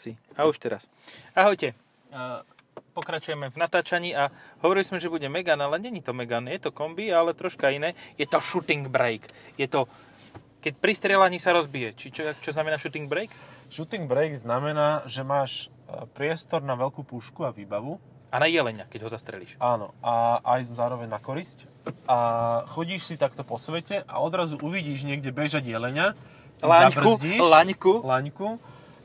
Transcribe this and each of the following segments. Si. A už teraz. Ahojte. Eh, Uh, pokračujeme v natáčaní a hovorili sme, že bude Megan, ale není to Megan. Je to kombi, ale troška iné. Je to shooting break. Je to, keď pri strieľaní sa rozbije. Či čo, čo znamená shooting break? Shooting break znamená, že máš e, priestor na veľkú pušku a výbavu. A na jelenia, keď ho zastrelíš. Áno, a aj zároveň na korisť. A chodíš si takto po svete a odrazu uvidíš niekde bežať jelenia. ty Laňku, zabrzdíš laňku. laňku,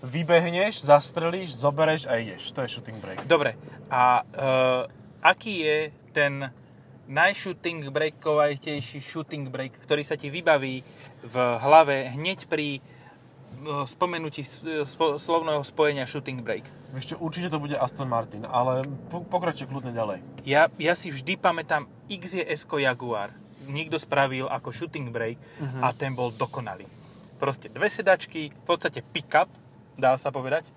vybehneš, zastrelíš, zobereš a ideš. To je shooting break. Dobre. A uh, aký je ten najshooting breakovajtejší shooting break, ktorý sa ti vybaví v hlave hneď pri uh, spomenutí s- spo, slovného spojenia shooting break? Vieš čo, určite to bude Aston Martin, ale po, pokračuj kľudne ďalej. Ja, ja si vždy pamätám XJS Jaguar. Niekto spravil ako shooting break uh-huh. a ten bol dokonalý. Proste dve sedačky, v podstate pick-up, dá sa povedať.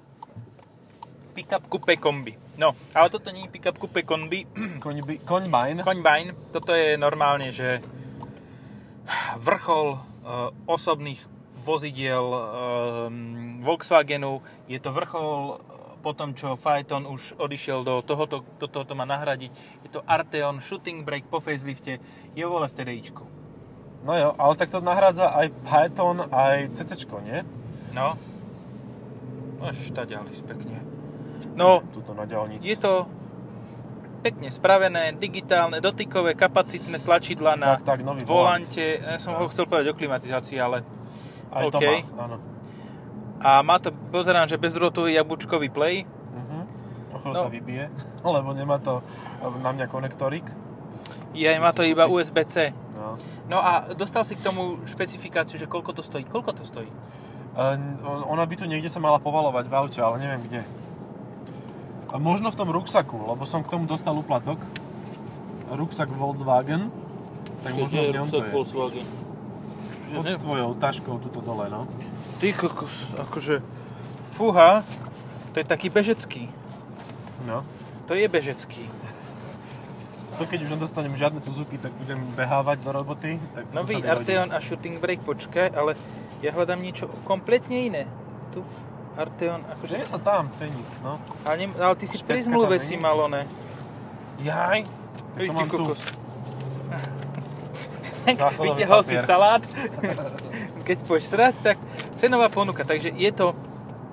Pick-up coupe kombi. No, ale toto nie je pick-up coupe kombi, Koňby, koňbajn. Combine, toto je normálne, že vrchol e, osobných vozidiel e, Volkswagenu, je to vrchol e, po tom, čo Phaeton už odišiel do tohoto, do tohoto má nahradiť. Je to Arteon, shooting brake po facelifte, je vole v TDIčku. No jo, ale tak to nahrádza aj Python, aj CC, nie? No. Môžeš tá ďalej pekne. No, Tuto na ďalnici. je to pekne spravené, digitálne, dotykové, kapacitné tlačidla na Tak, tak, nový volant. volante. Ja som ho chcel povedať o klimatizácii, ale Aj to OK. má, áno. A má to, pozerám, že bezdrôtový jablčkový play. Mhm. O chvíľu No. sa vybije, lebo nemá to na mňa konektorik. Je, má to iba USB-C. No. No a dostal si k tomu špecifikáciu, že koľko to stojí. Koľko to stojí? E, on- ona by tu niekde sa mala povalovať v aute, ale neviem kde. A možno v tom ruksaku, lebo som k tomu dostal uplatok. Ruksak Volkswagen. Tak možno v ňom to je. Volkswagen. Pod tvojou taškou tuto dole, no. Ty kokos, akože... Fúha, to je taký bežecký. No. To je bežecký. To keď už nedostanem žiadne Suzuki, tak budem behávať do roboty. Tak toto Nový sa nehodí. No Arteon a Shooting Brake, počkaj, ale ja hľadám niečo kompletne iné. Tu Arteon, akože... Že je sa tam ceník, no. Ale, nem, ale ty si Špecka pri zmluve tam si není? mal one. Jaj. Ja Ej, ty to mám tu. kokos. Záchodový Vyťahol si papier. salát, keď pôjdeš srať, tak cenová ponuka, takže je to,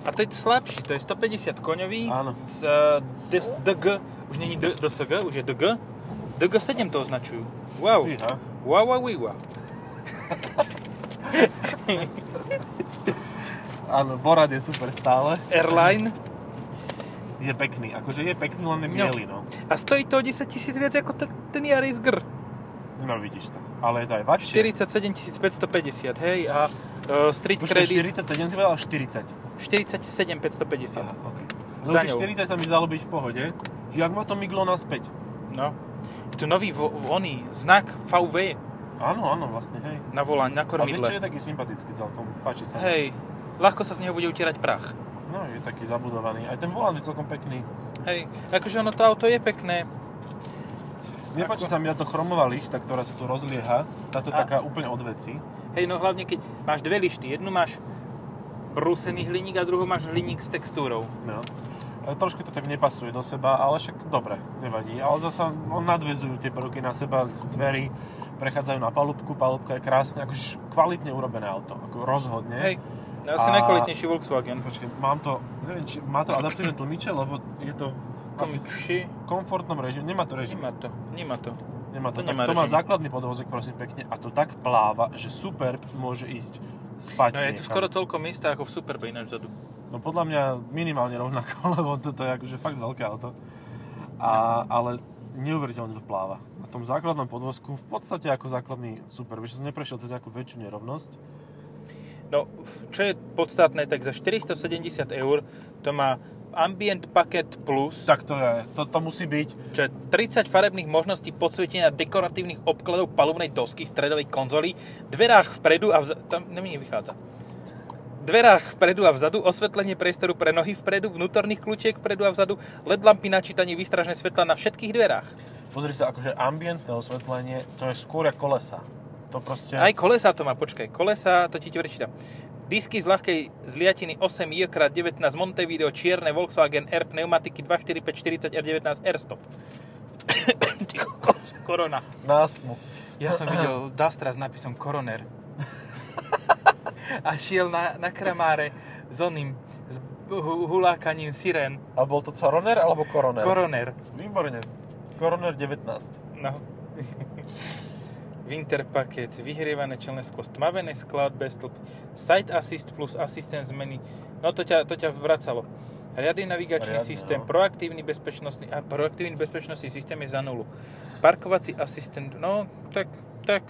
a to je slabší, to je 150 koňový Áno. z eh, DS DG, už není D- DSG, už je DG, DG7 to označujú. Wow, Fíha. wow, wow, wow, wow. Áno, Borat je super stále. Airline Je pekný, akože je pekný, len je No. bielý, no. a stojí to o 10 tisíc viac ako ten, ten Yaris GR. No vidíš to. Ale je to aj vačšie. 47 550, hej, a eh, Street Počkaj, Credit 47 si povedal, 40. 47 550. Aha, ok. S No, daňou. tých 40 sa mi zdalo byť v pohode. Jak ma to miglo naspäť? No. Je tu nový vo, oný znak VV Áno, áno, vlastne, hej. na volaň, na A vieš, čo kormidle. je taký sympatický celkom? Páči sa. mi. Hej, ľahko sa z neho bude utierať prach. No, je taký zabudovaný. Aj ten volant je celkom pekný. Hej, akože ono to auto je pekné. Nepáči sa mi táto chromová lišta, ktorá sa tu rozlieha. Táto A- taká úplne od veci. Hej, no hlavne keď máš dve lišty. Jednu máš brúsený hliník a druhú máš hliník s textúrou. No. E, Trošku to tak nepasuje do seba, ale však dobre, nevadí. Ale zasa on nadvezujú tie prvky na seba z dverí, prechádzajú na palubku, palubka je krásne, akože kvalitne urobené auto, ako rozhodne. Hej, no asi A- najkvalitnejší Volkswagen. Počkaj, mám to, neviem, či má to adaptívne tlmiče, lebo je to v asi v Komikši, komfortnom režime, nemá to režim. nemá to, nemá to. Nemá to, to tak nemá to má režim. základný podvozok, prosím pekne, a to tak pláva, že super môže ísť No spať je tu niekam. skoro toľko miesta ako v Superbe ináč vzadu. No podľa mňa minimálne rovnako, lebo toto je akože fakt veľké auto. A, ale neuveriteľne to pláva. Na tom základnom podvozku, v podstate ako základný super, vieš, som neprešiel cez nejakú väčšiu nerovnosť. No, čo je podstatné, tak za 470 eur to má Ambient Packet Plus, Tak to je, to, to musí byť. čo je 30 farebných možností podsvietenia dekoratívnych obkladov palubnej dosky stredovej konzoly, dverách vpredu a vzadu, tam na mne nevychádza. Dverách vpredu a vzadu, osvetlenie priestoru pre nohy vpredu, vnútorných kľúčiek vpredu a vzadu, LED lampy na čítanie výstražné svetla na všetkých dverách. Pozri sa, akože ambientné osvetlenie, to je skôr ako kolesa. To proste... Aj kolesa to má, počkaj, kolesa, to ti ti prečítam. Disky z ľahkej zliatiny 8 J x 19 Montevideo, čierne Volkswagen R, pneumatiky 24540 R19 R100. Ty kokos, korona. Nástmu. Ja som videl Dastra s nápisom Koroner. A šiel na, na kramáre s oným, s hu- hulákaním sirén. A bol to coroner alebo koroner? Koroner. Výborne. Koroner 19. No. Winter paket, vyhrievané čelné sklo, stmavené skla od bez stĺp, side assist plus asistent zmeny. No to ťa, to ťa vracalo. Riadny navigačný Riadne, Riadne, systém, no. no. proaktívny bezpečnostný a proaktívny bezpečnostný systém je za nulu. Parkovací asistent, no tak, tak,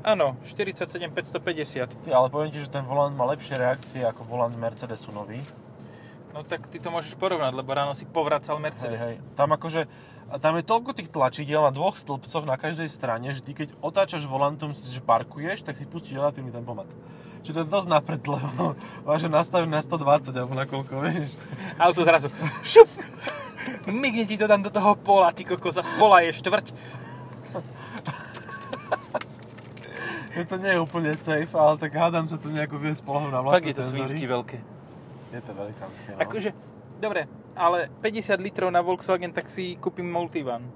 áno, 47 550. Ty, ale poviem ti, že ten volant má lepšie reakcie ako volant Mercedesu nový. No tak ty to môžeš porovnať, lebo ráno si povracal Mercedes. Hej, hej. Tam akože, a tam je toľko tých tlačidiel na dvoch stĺpcoch na každej strane, že ty keď otáčaš volantom, si- že parkuješ, tak si pustíš relatívny tempomat. Čiže to je dosť napred, lebo máš ho nastavený na 120 alebo na koľko, vieš. Auto zrazu, šup, migne ti to tam do toho pola, ty kokos, a z pola je štvrť. Že to nie je úplne safe, ale tak hádam sa to nejako vie spolahnuť na vlastné Fakt je to senzory. svinsky veľké. Je to velikánske, no. Akože, dobre, ale 50 litrov na Volkswagen, tak si kúpim Multivan.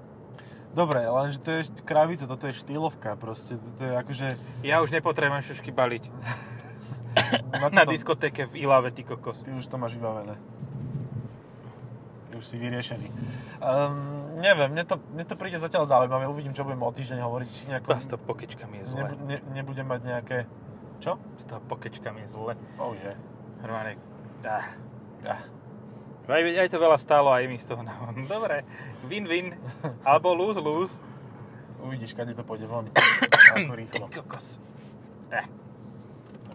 Dobre, lenže to je št- kravica, toto je štýlovka proste, to je akože... Ja už nepotrebujem šušky baliť. Na toto- diskotéke v Ilave, ty kokos. Ty už to máš vybavené. Ty už si vyriešený. Um, neviem, mne to, mne to príde zatiaľ zaujímavé, uvidím, čo budem o týždeň hovoriť, či nejako... Vás to pokečkami je zle. nebu- ne, nebudem mať nejaké... Čo? Z toho pokečkami je zle. Oh je. Hrvané, dá. Ah. Aj, aj to veľa stálo, aj mi z toho na Dobre, win-win, alebo lose-lose. Uvidíš, kade to pôjde von. Ty Ako rýchlo. No, kokos. Eh.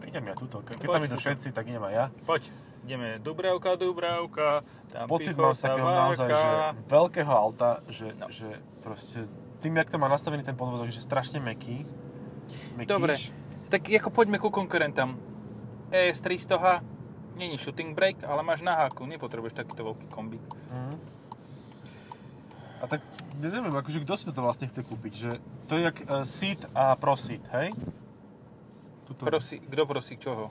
Idem ja tuto. Ke- Keď Poď tam idú tuto. všetci, tak idem aj ja. Poď, ideme Dubravka, Dubravka, tam Pocit pichol mám z sa takého várka. naozaj, že veľkého auta, že, No. že proste tým, jak to má nastavený ten podvozok, že strašne meký. Mekýš. Dobre. Tak ako poďme ku konkurentom. ES 300H není shooting brake, ale máš na háku, nepotrebuješ takýto veľký kombi. Mhm. A tak ja neviem, akože kto si toto vlastne chce kúpiť, že to je jak uh, seat a prosit, hej? Tuto. Prosí, kto prosí čoho?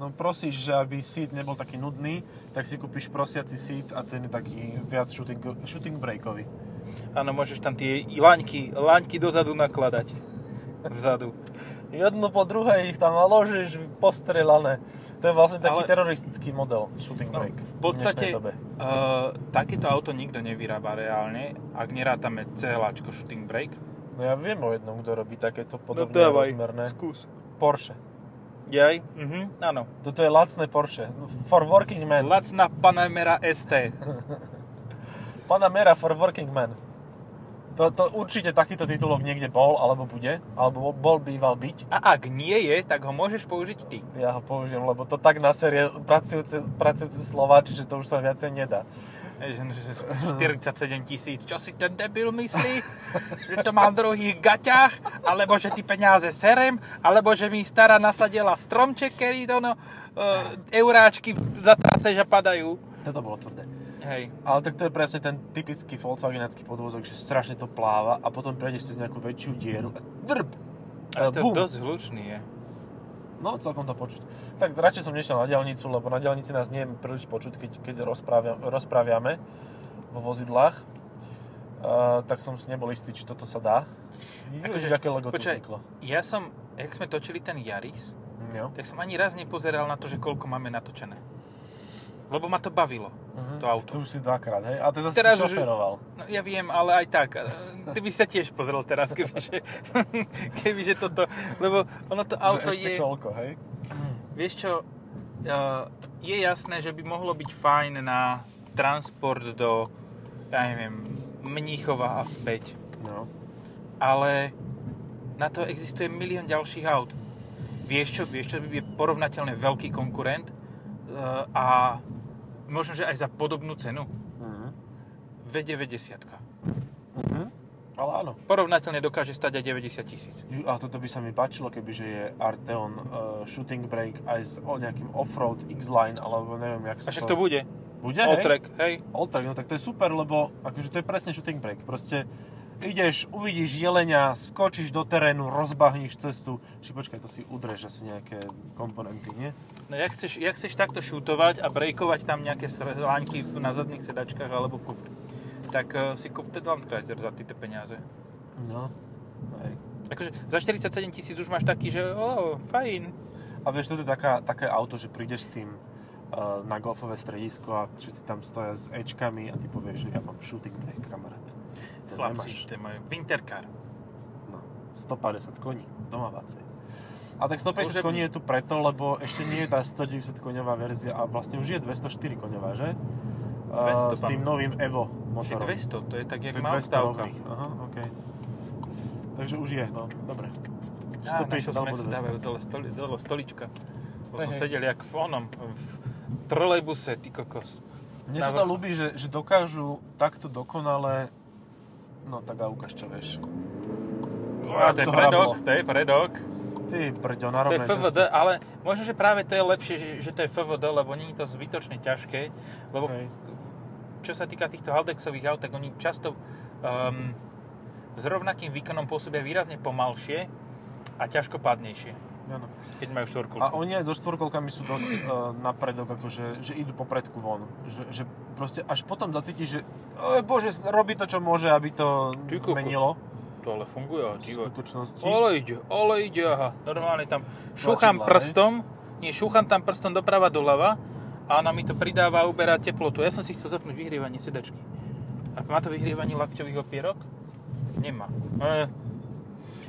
No prosíš, že aby seat nebol taký nudný, tak si kúpiš prosiaci seat a ten je taký viac shooting, shooting breakový. Áno, môžeš tam tie laňky, laňky dozadu nakladať. Vzadu. Jedno po druhej ich tam naložíš postrelané. To je vlastne taký Ale- teroristický model, shooting No, break. v dnešnej podstate dobe. uh, takéto auto nikto nevyrába reálne, ak nerátame celáčko shooting brake. No ja viem o jednom, kto robí takéto podobné rozmerné. No, skús. Porsche. Jaj, mhm, áno. Toto je lacné Porsche. For working man. Lacná Panamera ST. Panamera for Working Man. To, to určite takýto titulok niekde bol, alebo bude, alebo bol býval byť. A ak nie je, tak ho môžeš použiť ty. Ja ho použijem, lebo to tak na série pracujúce, pracujúce slova, čiže to už sa viacej nedá. Že- že- že 47 tisíc, čo si ten debil myslí? Že to mám v druhých gaťach? Alebo že ty peniaze serem? Alebo že mi stará nasadila stromček, ktorý to no, e, euráčky zatrase, že padajú? Toto bolo tvrdé. Hej. Ale tak to je presne ten typický Volkswagenecký podvozok, že strašne to pláva a potom prejdeš cez nejakú väčšiu dieru a drb! E, A bum. hlučný je. No, celkom to počuť. Tak radšej som nešiel na diálnicu, lebo na diálnici nás nie je príliš počuť, keď, keď rozprávia, rozpráviame vo vozidlách. Uh, tak som si nebol istý, či toto sa dá. Ježiš, aké logo počkaj. tu vzniklo. Ja som, jak sme točili ten Yaris, Jo. tak som ani raz nepozeral na to, že koľko máme natočené. Lebo ma to bavilo, to auto. Mhm. Tu už si dvakrát, hej? A ty zase Teraz si už- šoferoval. No, ja viem, ale aj tak. e, Ty by sa tiež pozrel teraz, kebyže, kebyže toto... Lebo ono to auto že ešte je... koľko, hej? Vieš čo, e, je jasné, že by mohlo byť fajn na transport do, ja neviem, Mníchova a späť. No. Ale na to existuje milión ďalších aut. Vieš čo, vieš čo je porovnateľne veľký konkurent e, a možno, že aj za podobnú cenu. Mhm. V90. Mhm. Ale áno. Porovnateľne dokáže stať aj 90 tisíc. Ju, A toto by sa mi páčilo, kebyže je Arteon uh, Shooting Brake aj s o, nejakým Offroad X-Line, alebo neviem, jak sa A však to bude. Bude, hej? Alltrack, hej. no Alltrack, no tak to je super, lebo akože to je presne shooting break. Proste ideš, uvidíš jelenia, skočíš do terénu, rozbahníš cestu. Či počkaj, to si udreš asi nejaké komponenty, nie? No jak chceš, jak chceš takto šutovať a brejkovať tam nejaké sr- lánky v- na zadných sedačkách alebo kufri, tak uh, si kúpte Landkreiser za tie peniaze. No. Hej. Akože za 47 tisíc už máš taký, že o, fajn. A vieš, toto je taká, také auto, že prídeš s tým uh, na golfové stredisko a všetci tam stoja s Ečkami a ty povieš, že ja mám shooting brake, kamarát. To Chlapci, to je môj Wintercar. No, 150 koní, domávacej. A tak 150 Služebný. koní je tu preto, lebo ešte nie je tá 190 koňová verzia a vlastne už je 204 koňová, že? Uh, 200 s tým tam. novým Evo Že motorom. 200, to je tak, jak To je má 200 odstávka. rovných. Aha, OK. Takže už je, no, dobre. Á, na čo sme 150 alebo si 200. dávajú dole, stoli, dole stolička. Lebo Hej, som hej. sedel jak v onom, v trolejbuse, ty kokos. Mne sa Návrh. to ľúbi, že, že dokážu takto dokonale... No tak a ukáž čo vieš. Á, to je No, to predok, hrablo. to je predok. Ty brďo, na To je rovnej FVD, ceste. ale možno, že práve to je lepšie, že, že to je FVD, lebo není to zbytočne ťažké. Lebo Hej. čo sa týka týchto Haldexových aut, tak oni často um, s rovnakým výkonom pôsobia výrazne pomalšie a ťažkopadnejšie, Áno. keď majú štvorkulku. A oni aj so štvorkolkami sú dosť uh, napredok, akože, že idú popredku von. Že, že proste až potom zacítiš, že oh, bože, robí to, čo môže, aby to Ty kokos. zmenilo To ale funguje, v divo. skutočnosti. Ale ide, ale ide, aha. Normálne tam šúcham Tlačidlá, ne? prstom, nie, šúcham tam prstom doprava, doľava a ona mi to pridáva a uberá teplotu. Ja som si chcel zapnúť vyhrievanie sedačky. A má to vyhrievanie lakťových opierok? Nemá. E,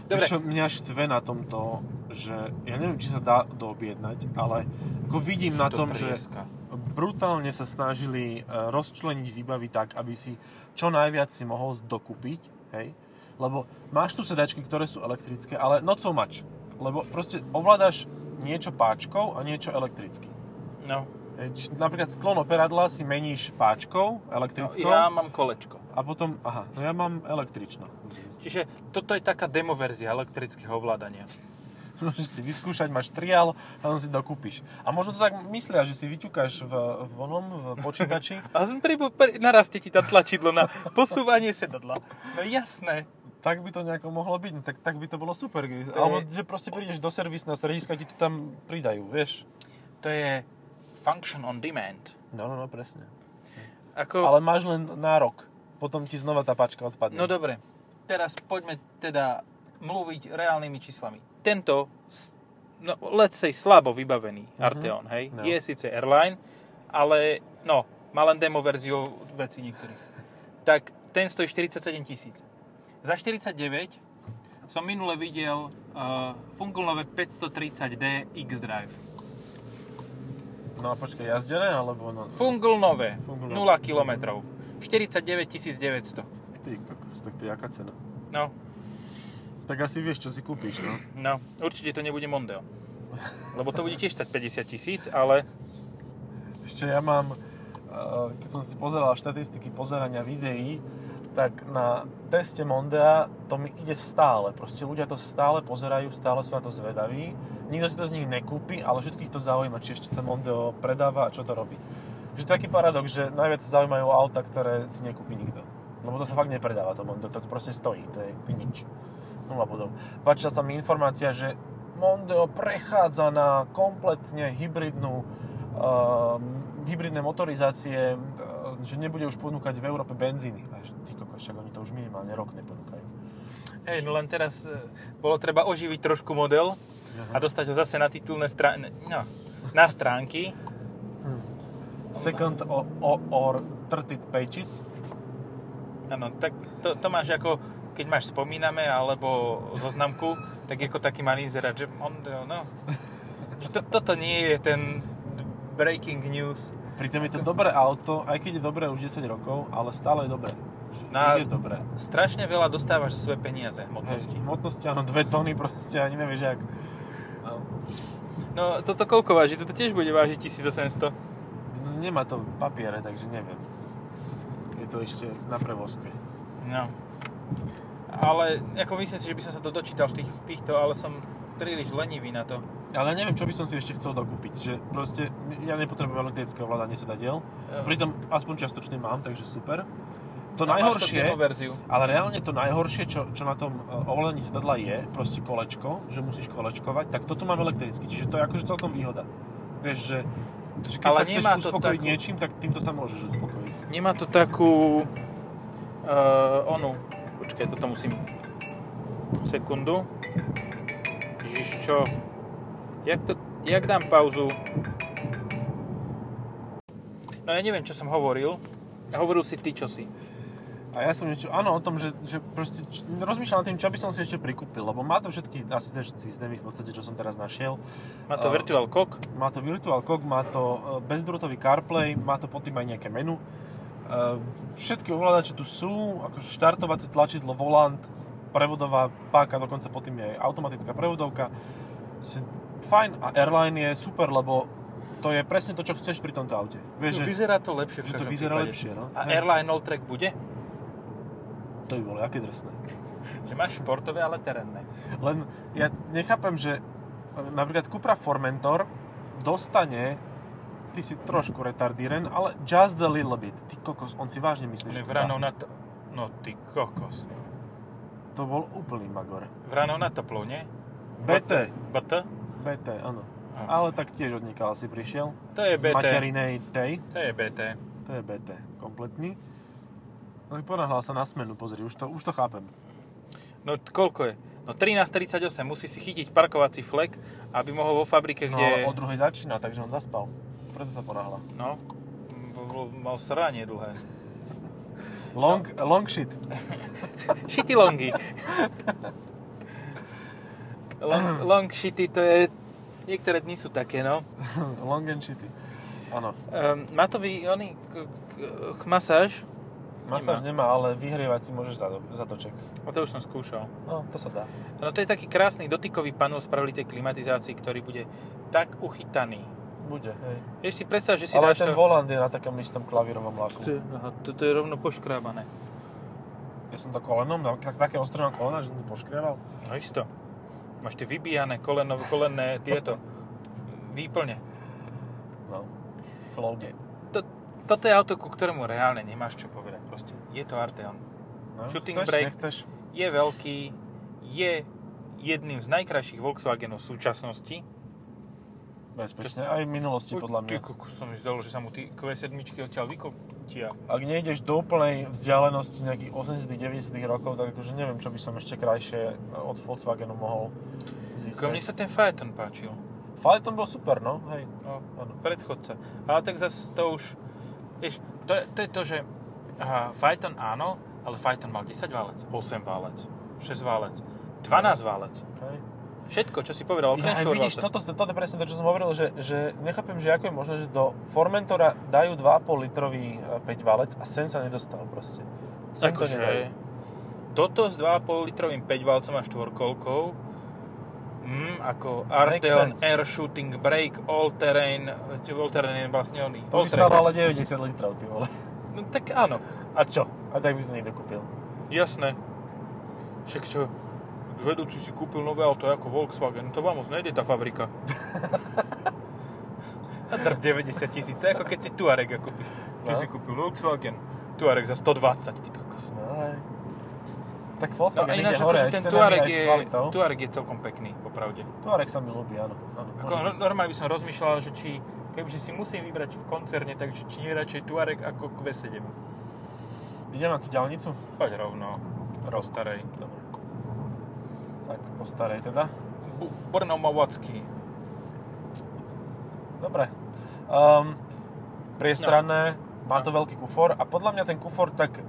dobre, Dobre. Čo mňa štve na tomto, že ja neviem, či sa dá doobjednať, ale ako vidím na Už to tom, že trieska. brutálne sa snažili e, rozčleniť výbavy tak, aby si čo najviac si mohol dokúpiť, hej? Lebo máš tu sedačky, ktoré sú elektrické, ale not so much. Lebo proste ovládaš niečo páčkou a niečo elektricky. No, Hej, čiže napríklad sklon operadla si meníš no, páčkou elektrickou ja mám kolečko. a potom, aha, no ja mám električno. Čiže toto je taká demoverzia elektrického ovládania. Môžeš si vyskúšať, máš triál a on si dokúpiš. A možno to tak myslia, že si vyťukáš v, v onom, v počítači A som pri, pri, narastie ti tá tlačidlo na posúvanie sedadla. No jasné. tak by to nejako mohlo byť, no tak, tak by to bolo super. keby- To je- Alebo že proste prídeš do servisného strediska, ti to tam pridajú, vieš? To je function on demand. No, no, no, presne. Ako... Ale máš len nárok. Potom ti znova tá páčka odpadne. No dobre, teraz poďme teda mluviť reálnymi číslami. Tento, s- no, let's say slabo vybavený Arteon, hej, No. je síce airline, ale no, má len demo verziu veci niektorých. Tak ten stojí 47 tisíc. Za 49 som minule videl uh, Fungelnové 530D X-Drive. no a počkaj, jazdené, alebo no? Fungelnové, Fungelnové. 0 km, 49 900. Ty, kokos, tak to je jaká cena. No, Tak asi vieš, čo si kúpiš, no. No, určite to nebude Mondeo. Lebo to bude tiež stať 50 tisíc, ale Ešte ja mám, eh, keď som si pozeral štatistiky pozerania videí, tak na teste Mondea to mi ide stále. Proste ľudia to stále pozerajú, stále sú na to zvedaví. Nikto si to z nich nekúpi, ale všetkých to zaujíma, či ešte sa Mondeo predáva a čo to robí. Že to je taký paradox, že najviac zaujímajú auta, ktoré si nekúpi nikto. Lebo to sa fakt nepredáva, to Mondeo, to proste stojí, to je nič. Nula bodov. Páčila sa mi informácia, že Mondeo prechádza na kompletne hybridnú ehm, hybridné motorizácie, eh, že nebude už ponúkať v Európe benzíny. A že ty kokos, však oni to už minimálne rok neponúkajú. hej, no len teraz e, bolo treba oživiť trošku model a dostať ho zase na titulné stránky, no, na stránky. hm. Second o- o- or third pages. Áno, tak to, to máš ako, keď máš spomíname alebo zoznamku, tak ako taký malý inzerát, že Mondeo, no. Že to, toto nie je ten breaking news. Pritom je to dobré auto, aj keď je dobré už 10 rokov, ale stále je dobré. Že, Na- že je dobré. Strašne veľa dostávaš za svoje peniaze Hej, hmotnosti. hmotnosti, áno, 2 tony proste, ani nevieš jak. No, No, toto koľko váži? Toto tiež bude vážiť 1800. no, nemá to papiere, takže neviem. Je to ešte na prevozke. No. Ale ako myslím si, že by som sa to dočítal v tých, týchto, ale som príliš lenivý na to. Ale neviem, čo by som si ešte chcel dokúpiť. Že proste, E, ja nepotrebujem elektrické ovládanie sedadiel. Pritom aspoň čiastočne mám, takže super. to A máš najhoršie, demo verziu. ale reálne to najhoršie, čo, čo na tom e, ovolení sedadla je, proste kolečko, že musíš kolečkovať, tak toto mám elektricky, čiže to je akože celkom výhoda. Vieš, že, že keď Ale sa chceš nemá to uspokojiť takú- niečím, tak týmto sa môžeš uspokojiť. Nemá to takú... Uh, onu. Počkaj, toto musím... Sekundu. Ježiš, čo? Jak, to, jak dám pauzu? No ja neviem, čo som hovoril. Hovoril si ty, čo si. A ja som niečo, áno, o tom, že, že proste č- rozmýšľam nad tým, čo by som si ešte prikúpil, lebo má to všetky asistenčné systémy v podstate, čo som teraz našiel. Má to A- Virtual Cock. Má to Virtual Cock, má to e, bezdrôtový CarPlay, má to pod tým aj nejaké menu. E, Všetky ovládače tu sú, akože štartovacie tlačidlo, volant, prevodová páka, dokonca pod tým je aj automatická prevodovka. Proste Fajn a Airline je super, lebo to je presne to, čo chceš pri tomto aute. Vieš, že, No, Vyzerá to lepšie v že to každom vyzerá prípade. lepšie, no. A Hej. Airline All Track bude? To by bolo aké drsné. Že máš športové, ale terénne. Len ja nechápem, že e, napríklad Cupra Formentor dostane ty si trošku retardíren, ale just a little bit. Ty kokos, on si vážne myslí, Že že to, vranou na dá. to... No ty kokos. to bol úplný magor. Vranou na toplu, nie? BT. BT? BT, áno. Aha. Ale tak tiež od niekaľ si Hm. prišiel. To je Z BT. materinej tej. To je BT. To je BT. Kompletný. No i ponahlal sa na smenu, pozri, už to, už to chápem. No t- koľko je? No 13.38, musí si chytiť parkovací flek, aby mohol vo fabrike, No kde... ale o druhej začína, takže on zaspal. Preto sa ponáhla. No, m- m- mal sranie dlhé. Long, long shit. Shitty longy. long, long shitty, to je... Niektoré dni sú také, no. long and shitty. Áno. Um, Matovi, oný... K- k- k- masáž. Masáž nemá, ale vyhrievať si môžeš zadok, zatoček. A to už som skúšal. No, to sa dá. No to je taký krásny dotykový panel spravili tej klimatizácii, ktorý bude tak uchytaný. Bude, hej. Vieš si predstav, že si ale dáš ten to... volant je na takom istom klavírovom laku. Ty, Aha, toto je rovno poškrábané. Ja som to kolenom, na, tak, také ostré mám kolena, že som to poškrieval. No isto. Máš tie vybíjane koleno, kolenné tieto výplne. No, kloude. To, toto je auto, ku ktorému reálne nemáš čo povedať proste. Je to Arteon. No, Shooting chceš, brake. nechceš? Je veľký, je jedným z najkrajších Volkswagenov v súčasnosti. Bezpečne, aj v minulosti podľa mňa. Ty, kuku, som mi zdalo, že sa mu tí Q7 odtiaľ vykotia. Ak nejdeš do úplnej vzdialenosti nejakých 80 90 rokov, tak akože neviem, čo by som ešte krajšie od Volkswagenu mohol Ako mne získať. sa ten Phaeton páčil. Falcon bol super, no, hej. No, Áno. predchodca. Ale tak zase to už... Vieš, to, je- to je to, že aha, Phaeton áno, ale Phaeton mal 10 válec, 8 válec, 6 válec, 12 válec. hej. Všetko, čo si povedal, okrem Ja, aj vidíš, štvorvalca. toto, toto je presne to, čo som hovoril, že, že nechápem, že ako je možné, že do Formentora dajú 2,5 litrový 5 valec a sem sa nedostal proste. Sem to nedajú. Akože, toto s 2,5 litrovým 5 válcom a štvorkolkou, mm, ako Arteon sense. Air Shooting Brake All Terrain, čo All Terrain je vlastne oný. To by all stalo terrain. ale 90 litrov, ty vole. No tak áno, A čo? A tak by som niekto kúpil. jasné. Však čo, vedúci si kúpil nové auto ako Volkswagen, to vám moc nejde tá fabrika. A drb 90 tisíc, to je ako keď si Tuarega kúpiš. Ty No. si kúpil Volkswagen, Tuareg za 120, ty kokos. No, hej. Tak No a Volkswagen ináč ide hore, akože aj ten s cenami, Tuareg aj s je, kvalitou. Tuareg je celkom pekný, popravde. Tuareg sa mi ľúbi, áno. áno Ako, môže no- normálne by som rozmýšľal, že či, kebyže si musím vybrať v koncerne, takže či nie radšej Tuareg ako Q7. byť. Idem na tú ďalnicu? Poď rovno, po starej. Dobre. Tak, po starej teda. Bu- Brno Mawacký. Dobre. No. Um, priestranné, má to veľký kufor a podľa mňa ten kufor tak,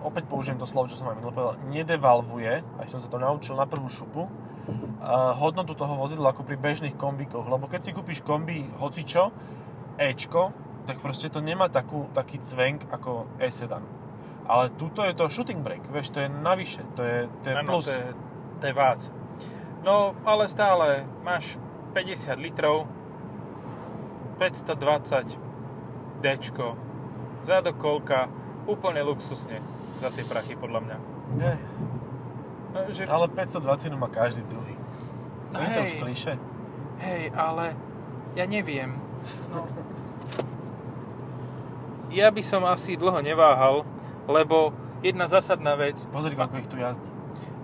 opäť použijem to slovo, čo som aj minulý povedal, nedevalvuje, aj som sa to naučil na prvú šupu, uh, hodnotu toho vozidla ako pri bežných kombikoch, lebo keď si kúpiš kombi hocičo, Ečko, tak proste to nemá takú, taký cvenk ako E-sedan. Ale tuto je to shooting brake, vieš, to je navyše, to je, to je Áno, plus. to je, to je vác. No, ale stále máš 50 litrov, 520 Dčko, zadokolka, úplne luxusne za tie prachy, podľa mňa. Nie, No, že ale 520 má každý druhý. No No je to hej. už kliše. Hej, ale ja neviem. No. Ja by som asi dlho neváhal, lebo Jedna zásadná vec. Pozri, koľko ich tu jazdí.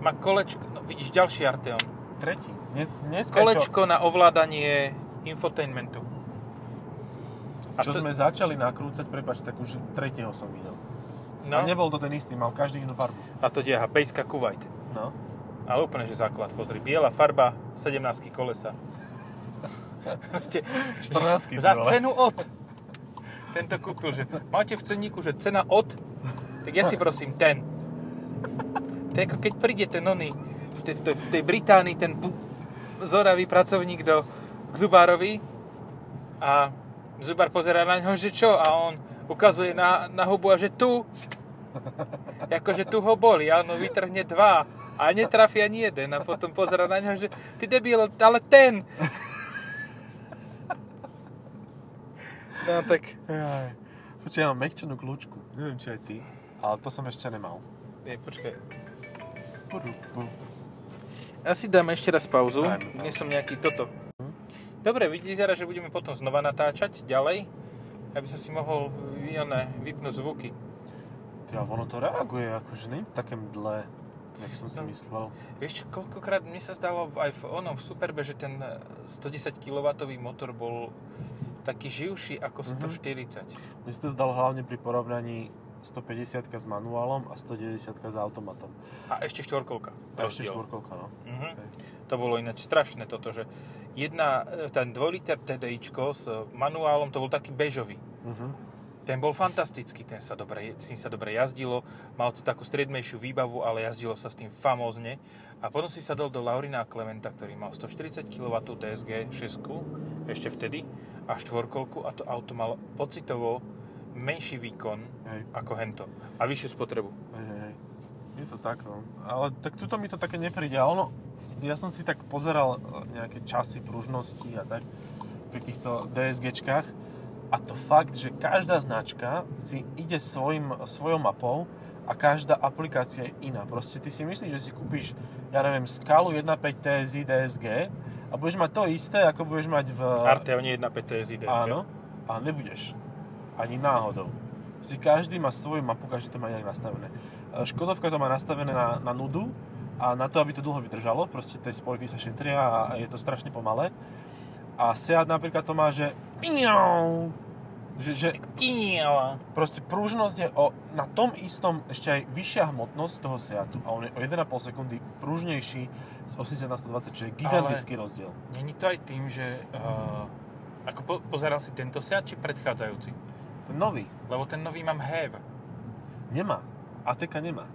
Má kolečko, no vidíš, ďalší Arteon. Tretí. Dnes, dneska čo, Kolečko na ovládanie infotainmentu. čo to- sme začali nakrúcať, prepač, tak už tretieho som videl. no, No. A nebol to ten istý, mal každý inú farbu. a to diaha, pejska Kuwait. No. Ale úplne, že základ, pozri. Biela farba, 17 kolesa. Proste, 14-ky, za ty vole. cenu od. Tento kúpil, že máte v cenníku, že cena od, tak ja si prosím ten. To je ako keď príde ten oný, v tej, v tej, v tej Británii ten bu- zoravý pracovník do, k Zubárovi a Zubár pozera na ňo, že čo? A on ukazuje na, na hubu a že tu. Akože tu ho boli, a on vytrhne dva a netrafi ani jeden a potom pozera na ňo, že ty debil, ale ten. No tak, Jaj. Počkaj, ja mám mekčenú kľúčku. Neviem, či aj ty. Ale to som ešte nemal. nie, počkaj. Puru, pu. Ja si dám ešte raz pauzu. Dajme pauzu. Dnes som nejaký toto. Dobre, vyzerá, že budeme potom znova natáčať ďalej, aby som si mohol vy- one, vypnúť zvuky. Ty, ale ono to reaguje, akože nie je to také mdlé, jak som si No. myslel. Vieš čo, koľkokrát mne sa zdalo aj v onom v Superbe, že ten eh, 110 kW motor bol taký živší ako Mhm. 140. Mne sa to zdalo hlavne pri porovnaní 150 s manuálom a 190 s automatom. A ešte štvorkolka. A ešte Rozdiel. štvorkolka, no. Mhm. Hej. To bolo ináč strašné toto, že jedna, e, ten 2 liter TDIčko s manuálom, to bol taký bežový. Mhm. Ten bol fantastický, ten sa dobre, s ním sa dobre jazdilo, mal tu takú striedmejšiu výbavu, ale jazdilo sa s tým famózne. A potom si sadol do Laurina a Klementa, ktorý mal 140 kW DSG 6 ešte vtedy, a štvorkolku a to auto malo pocitovo menší výkon Hej. ako hento a vyššiu spotrebu. Hej, hej, hej. Je to tak, no. Ale tak tuto mi to také nepríde. A ono, ja som si tak pozeral e, nejaké časy pružnosti a tak pri týchto DSGčkách a to fakt, že každá značka si ide svojim, svojou mapou a každá aplikácia je iná. Proste ty si myslíš, že si kúpiš, ja neviem, skalu 1.5 TSI DSG a budeš mať to isté, ako budeš mať v... Arteon 1.5 TSI DSG. Áno, a nebudeš. Ani náhodou. Si každý má svoju mapu, každý to má inak nastavené. E, Škodovka to má nastavené na, na nudu a na to, aby to dlho vydržalo. Proste tie spojky sa šetria a a je to strašne pomalé. A Seat napríklad to má, že... miau, Že, že Kiniela. proste pružnosť je o, na tom istom ešte aj vyššia hmotnosť toho Seatu a on je o 1,5 sekundy pružnejší z 80 na 120, čo je gigantický rozdiel. Není to aj tým, že... Uh, ako po, pozeral si tento Seat, či predchádzajúci? Ten nový Lebo ten nový mám HEV. nemá. ATK nemá.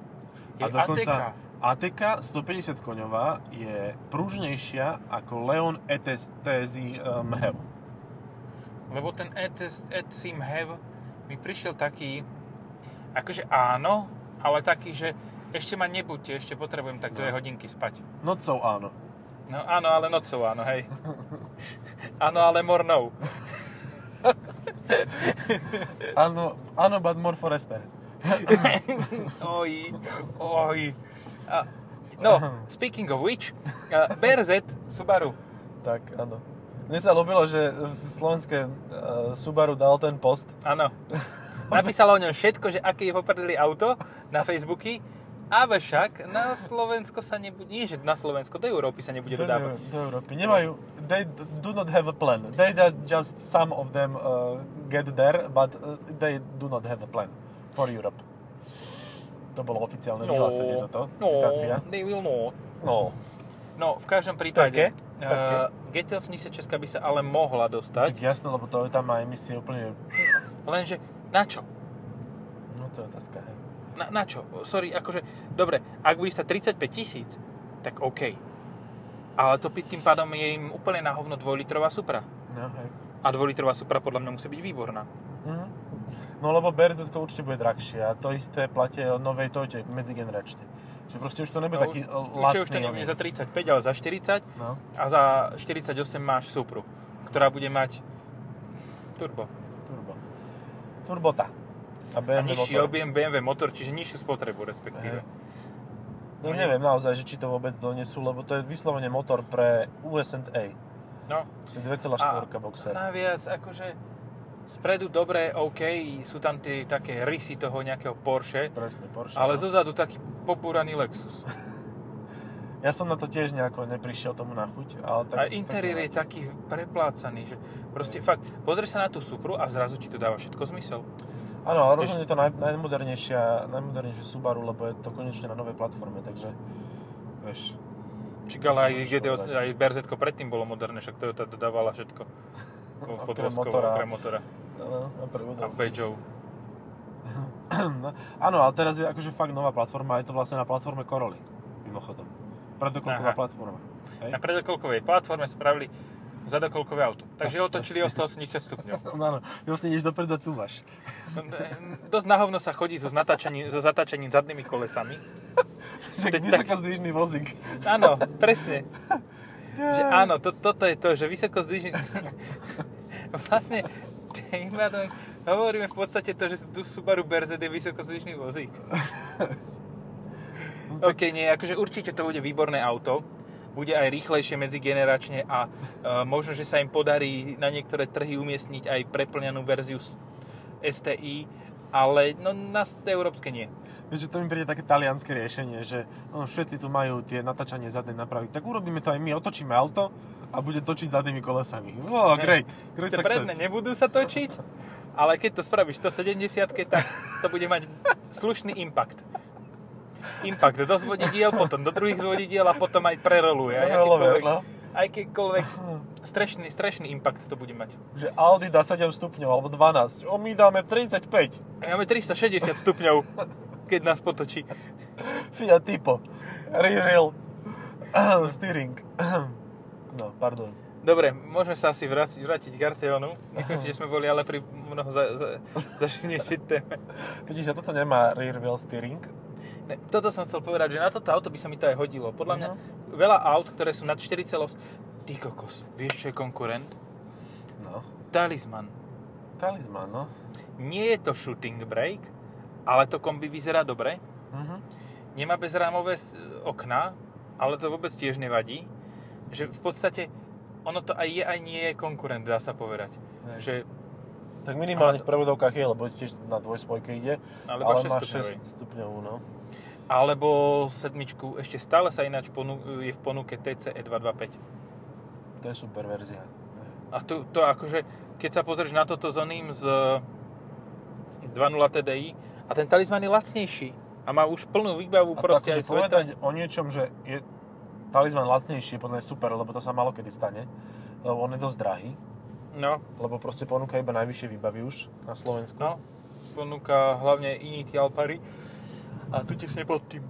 Je A dokonca- ATK. ATK 150 koňová je pružnejšia ako Leon eh, ETS TSI MHEV. Lebo ten ETS, ETSIM HEV mi prišiel taký... Akože áno, ale taký, že ešte ma nebuďte, ešte potrebujem tak No. 2 hodinky spať. Nocou áno. No áno, ale nocou áno, hej. áno, ale mornou. Áno, áno, but more forester. Oj, oj. A, no, speaking of which, uh, BRZ Subaru. Tak, áno. Mne sa ľúbilo, že v slovenské eh, Subaru dal ten post. Áno. Napísala o ňom všetko, že aké je poprdeli auto na Facebooky, ale však na Slovensko sa nebude, nie že na Slovensko, do Európy sa nebude Do, dodávať. do Európy. Nemajú, they d- do not have a plan. They do- just some of them eh, get there, but eh, they do not have a plan for Europe. To bolo oficiálne vyhlásenie toto, no, citácia. they will not. No, No, v každom prípade, Také, také. eh, GTO 80 Česka by sa ale mohla tak dostať, jasné, lebo Toyota má emisie úplne lenže na čo? No to je otázka, hej. Na, na čo? Sorry, akože, dobre, ak bude stať 35 tisíc, tak OK. Ale to by- tým pádom je im úplne na hovno dvojlitrová Supra. No, hej. A dvojlitrová Supra podľa mňa musí byť výborná. Mhm. No lebo BRZ určite bude drahšie a to isté platí aj o novej Toyota medzigeneračne. Čiže proste už to nebude No, taký e, Ešte už to lacný. nebude oný. za 35, ale za 40 No. a za 48 máš Supru, ktorá bude mať turbo. Turbo. Turbota. A A BMW nižší motor. objem BMW motor, čiže nižšiu spotrebu respektíve. Hej. No neviem naozaj, že či to vôbec donesú, lebo to je vyslovene motor pre USA. No, Čiže 2,4 A- boxer. naviac akože Spredu dobre, OK, sú tam tie také rysy toho nejakého Porsche, Presne, Porsche. ale no. zozadu taký pobúraný Lexus. Ja som na to tiež nejako neprišiel tomu na chuť, ale tak... A no. interiér je taký preplácaný, že proste fakt, pozrieš sa na tú Supru a zrazu ti to dáva všetko zmysel. Áno, ale rozhodne je to naj, najmodernejšia, najmodernejšie Subaru, lebo je to konečne na novej platforme, takže... Vieš, Čiže To si ale aj, môžeš GD8, povedať. aj BRZ predtým bolo moderné, však Toyota dodávala všetko. Pod Okrem voskou, motora. okrem motora. no, na prvú A Peugeot. No, Áno, ale teraz je akože fakt nová platforma, a je to vlastne na platforme Corolla, mimochodom. Aha. Predokolková platforma. Hej? Na predokolkovej platforme spravili zadokolkové auto. Takže otočili o 180 stupňov. No, áno, ty vlastne ideš dopredu a cúvaš. Dosť nahovno sa chodí so, natáčaním, so zatáčaním zadnými kolesami. Však Teď vysokozdvižný vozík. Áno, presne. Že áno, to, toto je to, že vysoko zdvižne... vlastne, tým pádom hovoríme v podstate to, že tu Subaru BRZ je vysoko zdvižný vozík. OK, nie, akože určite to bude výborné auto. Bude aj rýchlejšie medzigeneračne a e, možno, že sa im podarí na niektoré trhy umiestniť aj preplňanú verziu s- STI, ale no, na európske nie. Vieš, že to mi príde také talianské riešenie, že no, všetci tu majú tie natáčanie zadnej napravy, tak urobíme to aj my, otočíme auto a bude točiť zadnými kolesami. Oh, great, great Sice predné success. nebudú sa točiť, ale keď to spravíš 170, tak to bude mať slušný impact. Impact do zvodidiel, potom do druhých zvodidiel a potom aj preroluje. Aj Rollover, akýkoľvek, no. aj akýkoľvek strešný, strešný impact to bude mať. Že Audi dá 7 stupňov, alebo 12. O, my dáme 35. Máme 360 stupňov, keď nás potočí. Fiat Tipo. Rear Steering. No, pardon. Dobre, môžeme sa asi vrátiť, vrátiť k Arteonu. Myslím si, že sme boli ale pri mnoho za, za, zašinejšej téme. Vidíš, a toto nemá rear wheel steering. Ne, toto som chcel povedať, že na toto auto by sa mi to aj hodilo. Podľa mňa No. veľa aut, ktoré sú nad 4,8... Ty kokos, vieš čo je konkurent? No, Talisman. talizman, no. Nie je to shooting brake, ale to kombi vyzerá dobre. Mhm. Nemá bezrámové s- okná, ale to vôbec tiež nevadí. Že v podstate ono to aj je, aj nie je konkurent, dá sa povedať. Hej. Že, Tak minimálne v prevodovkách je, lebo tiež na dvojspojke ide. alebo ale má 6 stupňový. 6 stupňovú, no. Alebo sedmičku, ešte stále sa ináč ponú, je v ponuke E TCE 225. To je super verzia. A to, to akože, keď sa pozrieš na toto s oným z 2.0 TDI, a ten talisman je lacnejší a má už plnú výbavu A proste to akože aj sveta. povedať o niečom, že je talizman lacnejší, je podľa mňa super, lebo to sa malo kedy stane. Lebo on je dosť drahý, No, lebo proste ponúka iba najvyššie výbavy už na Slovensku. no, ponúka hlavne Inity Alpary a tu tesne pod tým.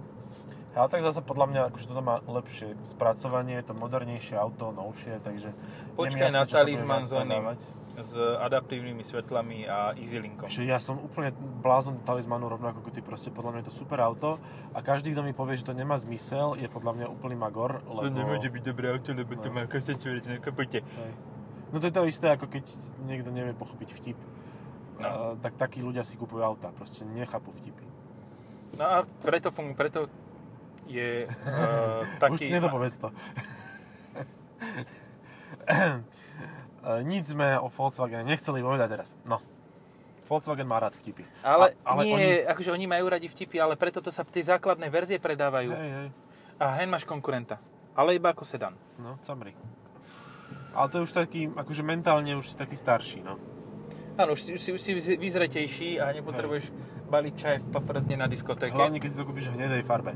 Ale tak zase podľa mňa, akože toto má lepšie spracovanie, je to modernejšie auto, novšie, takže... je mi Počkaj jasné, na čo sa bude talizman viac s oným. predávať. S adaptívnymi svetlami a Easylinkom. Čiže ja som úplne blázon talizmanu rovnako ako ty, proste podľa mňa je to super auto a každý, kto mi povie, že to nemá zmysel, je podľa mňa úplný magor, lebo... byť dobré auto, lebo to má kasačovec na kapote. Hej. No to je to isté, ako keď niekto nevie pochopiť vtip. No. No. tak takí ľudia si kupujú auta, proste nechápu vtipy. No a preto, fun- preto je uh, Taký... Už taký... nedopovedz to. E, Nič sme o Volkswagene nechceli povedať teraz. No. Volkswagen má rád vtipy. Ale, A- ale nie, oni- akože oni majú radi vtipy, ale preto to sa tie základné verzie predávajú. Hej, hej. A hen máš konkurenta. Ale iba ako sedan. No, camry. Ale to je už taký, akože mentálne už si taký starší, no. Áno, už si, už si, už si vyz- vyzretejší a nepotrebuješ baliť čaj v papratne na diskotéke. Hlavne keď si to kúpiš v hnedej farbe.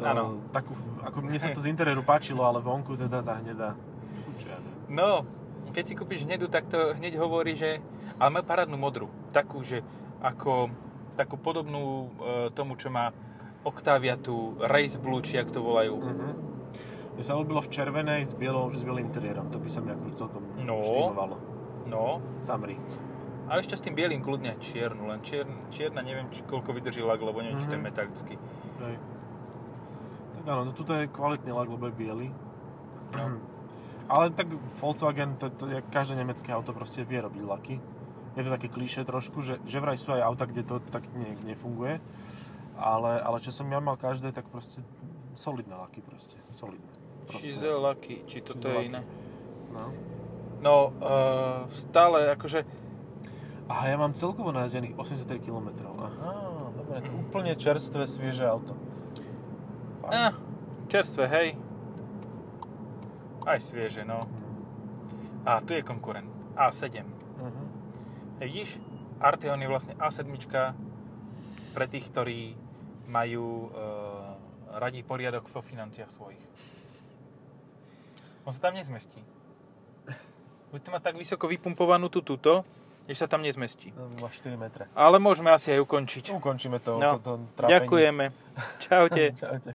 To, Áno. Takú, ako mne sa to z interiéru páčilo, ale vonku teda tá hnedá. Čo ja viem. No, keď si kúpiš hnedu, tak to hneď hovorí, že... Ale má parádnu modru. Takú, že ako... Takú podobnú e, tomu, čo má Octavia tu, Race Blue, či jak to volajú. Mhm. Mne sa ľúbilo v červenej s, bielou, s bielým interiérom. To by sa mi akože celkom No. štýlovalo. No, Camry. a ešte s tým bielým kľudne aj čiernu, len čier, čierna neviem, či, koľko vydrží lak, lebo neviem, či to je Mhm. metalický. Hej. Tak áno, no tuto je kvalitný lak, lebo je biely. No. Ale tak Volkswagen, to, to je, každé nemecké auto proste vie robiť laky. Je to také klíše trošku, že, že vraj sú aj auta, kde to tak ne, nefunguje. Ale, ale čo som ja mal každé, tak proste solidné laky proste. Solidné. Proste. No. Šizelaky, či toto je Šizelaky. iné. No. No, e, stále akože Aha, ja mám celkovo najazdených 83 km. Aha, dobre, to je úplne čerstvé, svieže auto. Á, Eh, čerstvé, hej. Aj svieže, no. A tu je konkurent. A7. Uh-huh. Hej, vidíš, Arteon je vlastne A7 pre tých, ktorí majú e, radi poriadok vo financiách svojich. On sa tam nezmestí. Bude to mať tak vysoko vypumpovanú tú túto, že sa tam nezmestí. mhm, Má 4 metre. Ale môžeme asi aj ukončiť. Ukončíme to, No, toto trápenie. Ďakujeme. Čaute. Čaute.